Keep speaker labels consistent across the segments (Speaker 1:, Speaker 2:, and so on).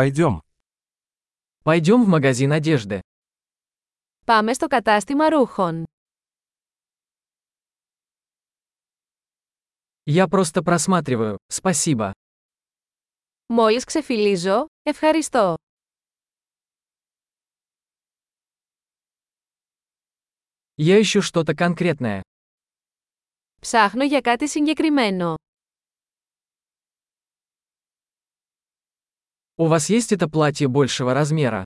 Speaker 1: Пойдем.
Speaker 2: Пойдем в магазин одежды.
Speaker 3: Πάμε στο κατάστημα ρούχων.
Speaker 2: Я просто просматриваю, спасибо.
Speaker 3: Μόλις ξεφυλίζω, ευχαριστώ.
Speaker 2: Я ищу что-то конкретное.
Speaker 3: Ψάχνω για κάτι συγκεκριμένο.
Speaker 2: У вас есть это платье большего размера?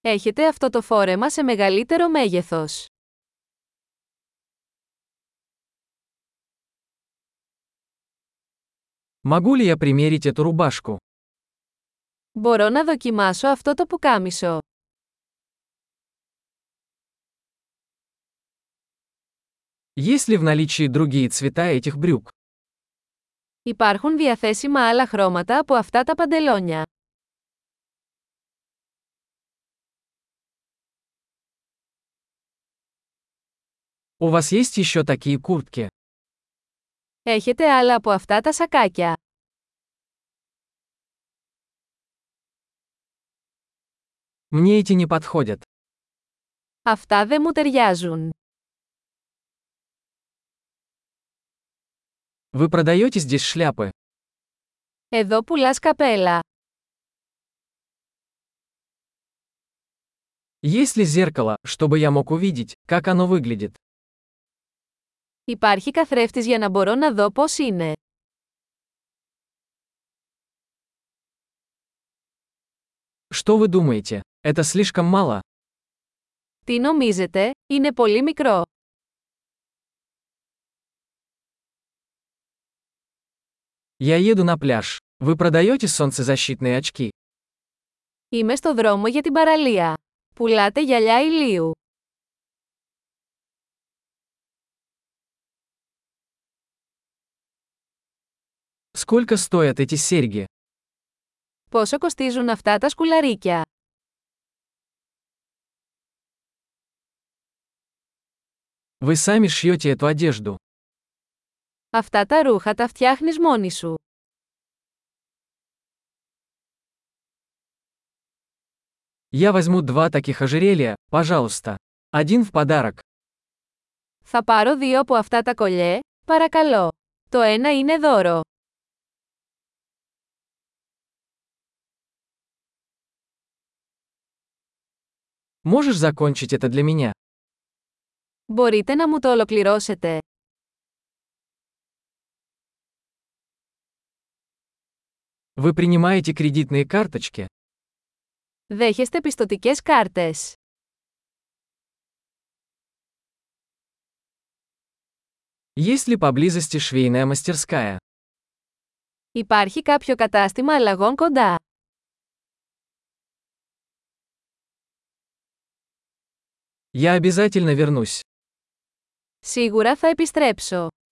Speaker 3: Έχετε αυτό το φόρεμα σε μεγαλύτερο μέγεθος.
Speaker 2: Могу ли я примерить эту рубашку?
Speaker 3: Μπορώ να δοκιμάσω αυτό το πουκάμισο.
Speaker 2: Есть ли в наличии другие цвета этих брюк?
Speaker 3: Υπάρχουν διαθέσιμα άλλα χρώματα από αυτά τα παντελόνια.
Speaker 2: У вас есть еще такие куртки?
Speaker 3: Έχετε άλλα από αυτά τα σακάκια.
Speaker 2: Мне эти не подходят.
Speaker 3: Αυτά δεν μου ταιριάζουν.
Speaker 2: Вы продаете здесь шляпы?
Speaker 3: Εδώ πουλάς καπέλα.
Speaker 2: Есть ли зеркало, чтобы я мог увидеть, как оно выглядит?
Speaker 3: Υπάρχει καθρέφτης για να μπορώ να δω πώς είναι.
Speaker 2: Что вы думаете? Это слишком мало?
Speaker 3: Τι νομίζετε, είναι πολύ μικρό.
Speaker 2: Я еду на пляж. Вы продаете солнцезащитные очки?
Speaker 3: Είμαι στο δρόμο για την παραλία. Πουλάτε γυαλιά ηλίου.
Speaker 2: Сколько стоят эти серьги?
Speaker 3: Πόσο κοστίζουν αυτά τα σκουλαρίκια.
Speaker 2: Вы сами шьете эту одежду.
Speaker 3: Αυτά τα ρούχα τα φτιάχνεις μόνη σου.
Speaker 2: Я возьму два таких ожерелья, пожалуйста. Один в подарок.
Speaker 3: Θα πάρω δύο από αυτά τα κολλιέ, παρακαλώ. Το ένα είναι δώρο.
Speaker 2: Можешь закончить это для меня?
Speaker 3: Μπορείτε να μου το ολοκληρώσετε.
Speaker 2: Вы принимаете кредитные карточки?
Speaker 3: Δέχεστε πιστοτικές κάρτες.
Speaker 2: Есть ли поблизости швейная мастерская?
Speaker 3: Υπάρχει κάποιο κατάστημα αλλαγών κοντά.
Speaker 2: Я обязательно вернусь.
Speaker 3: Σίγουρα θα επιστρέψω.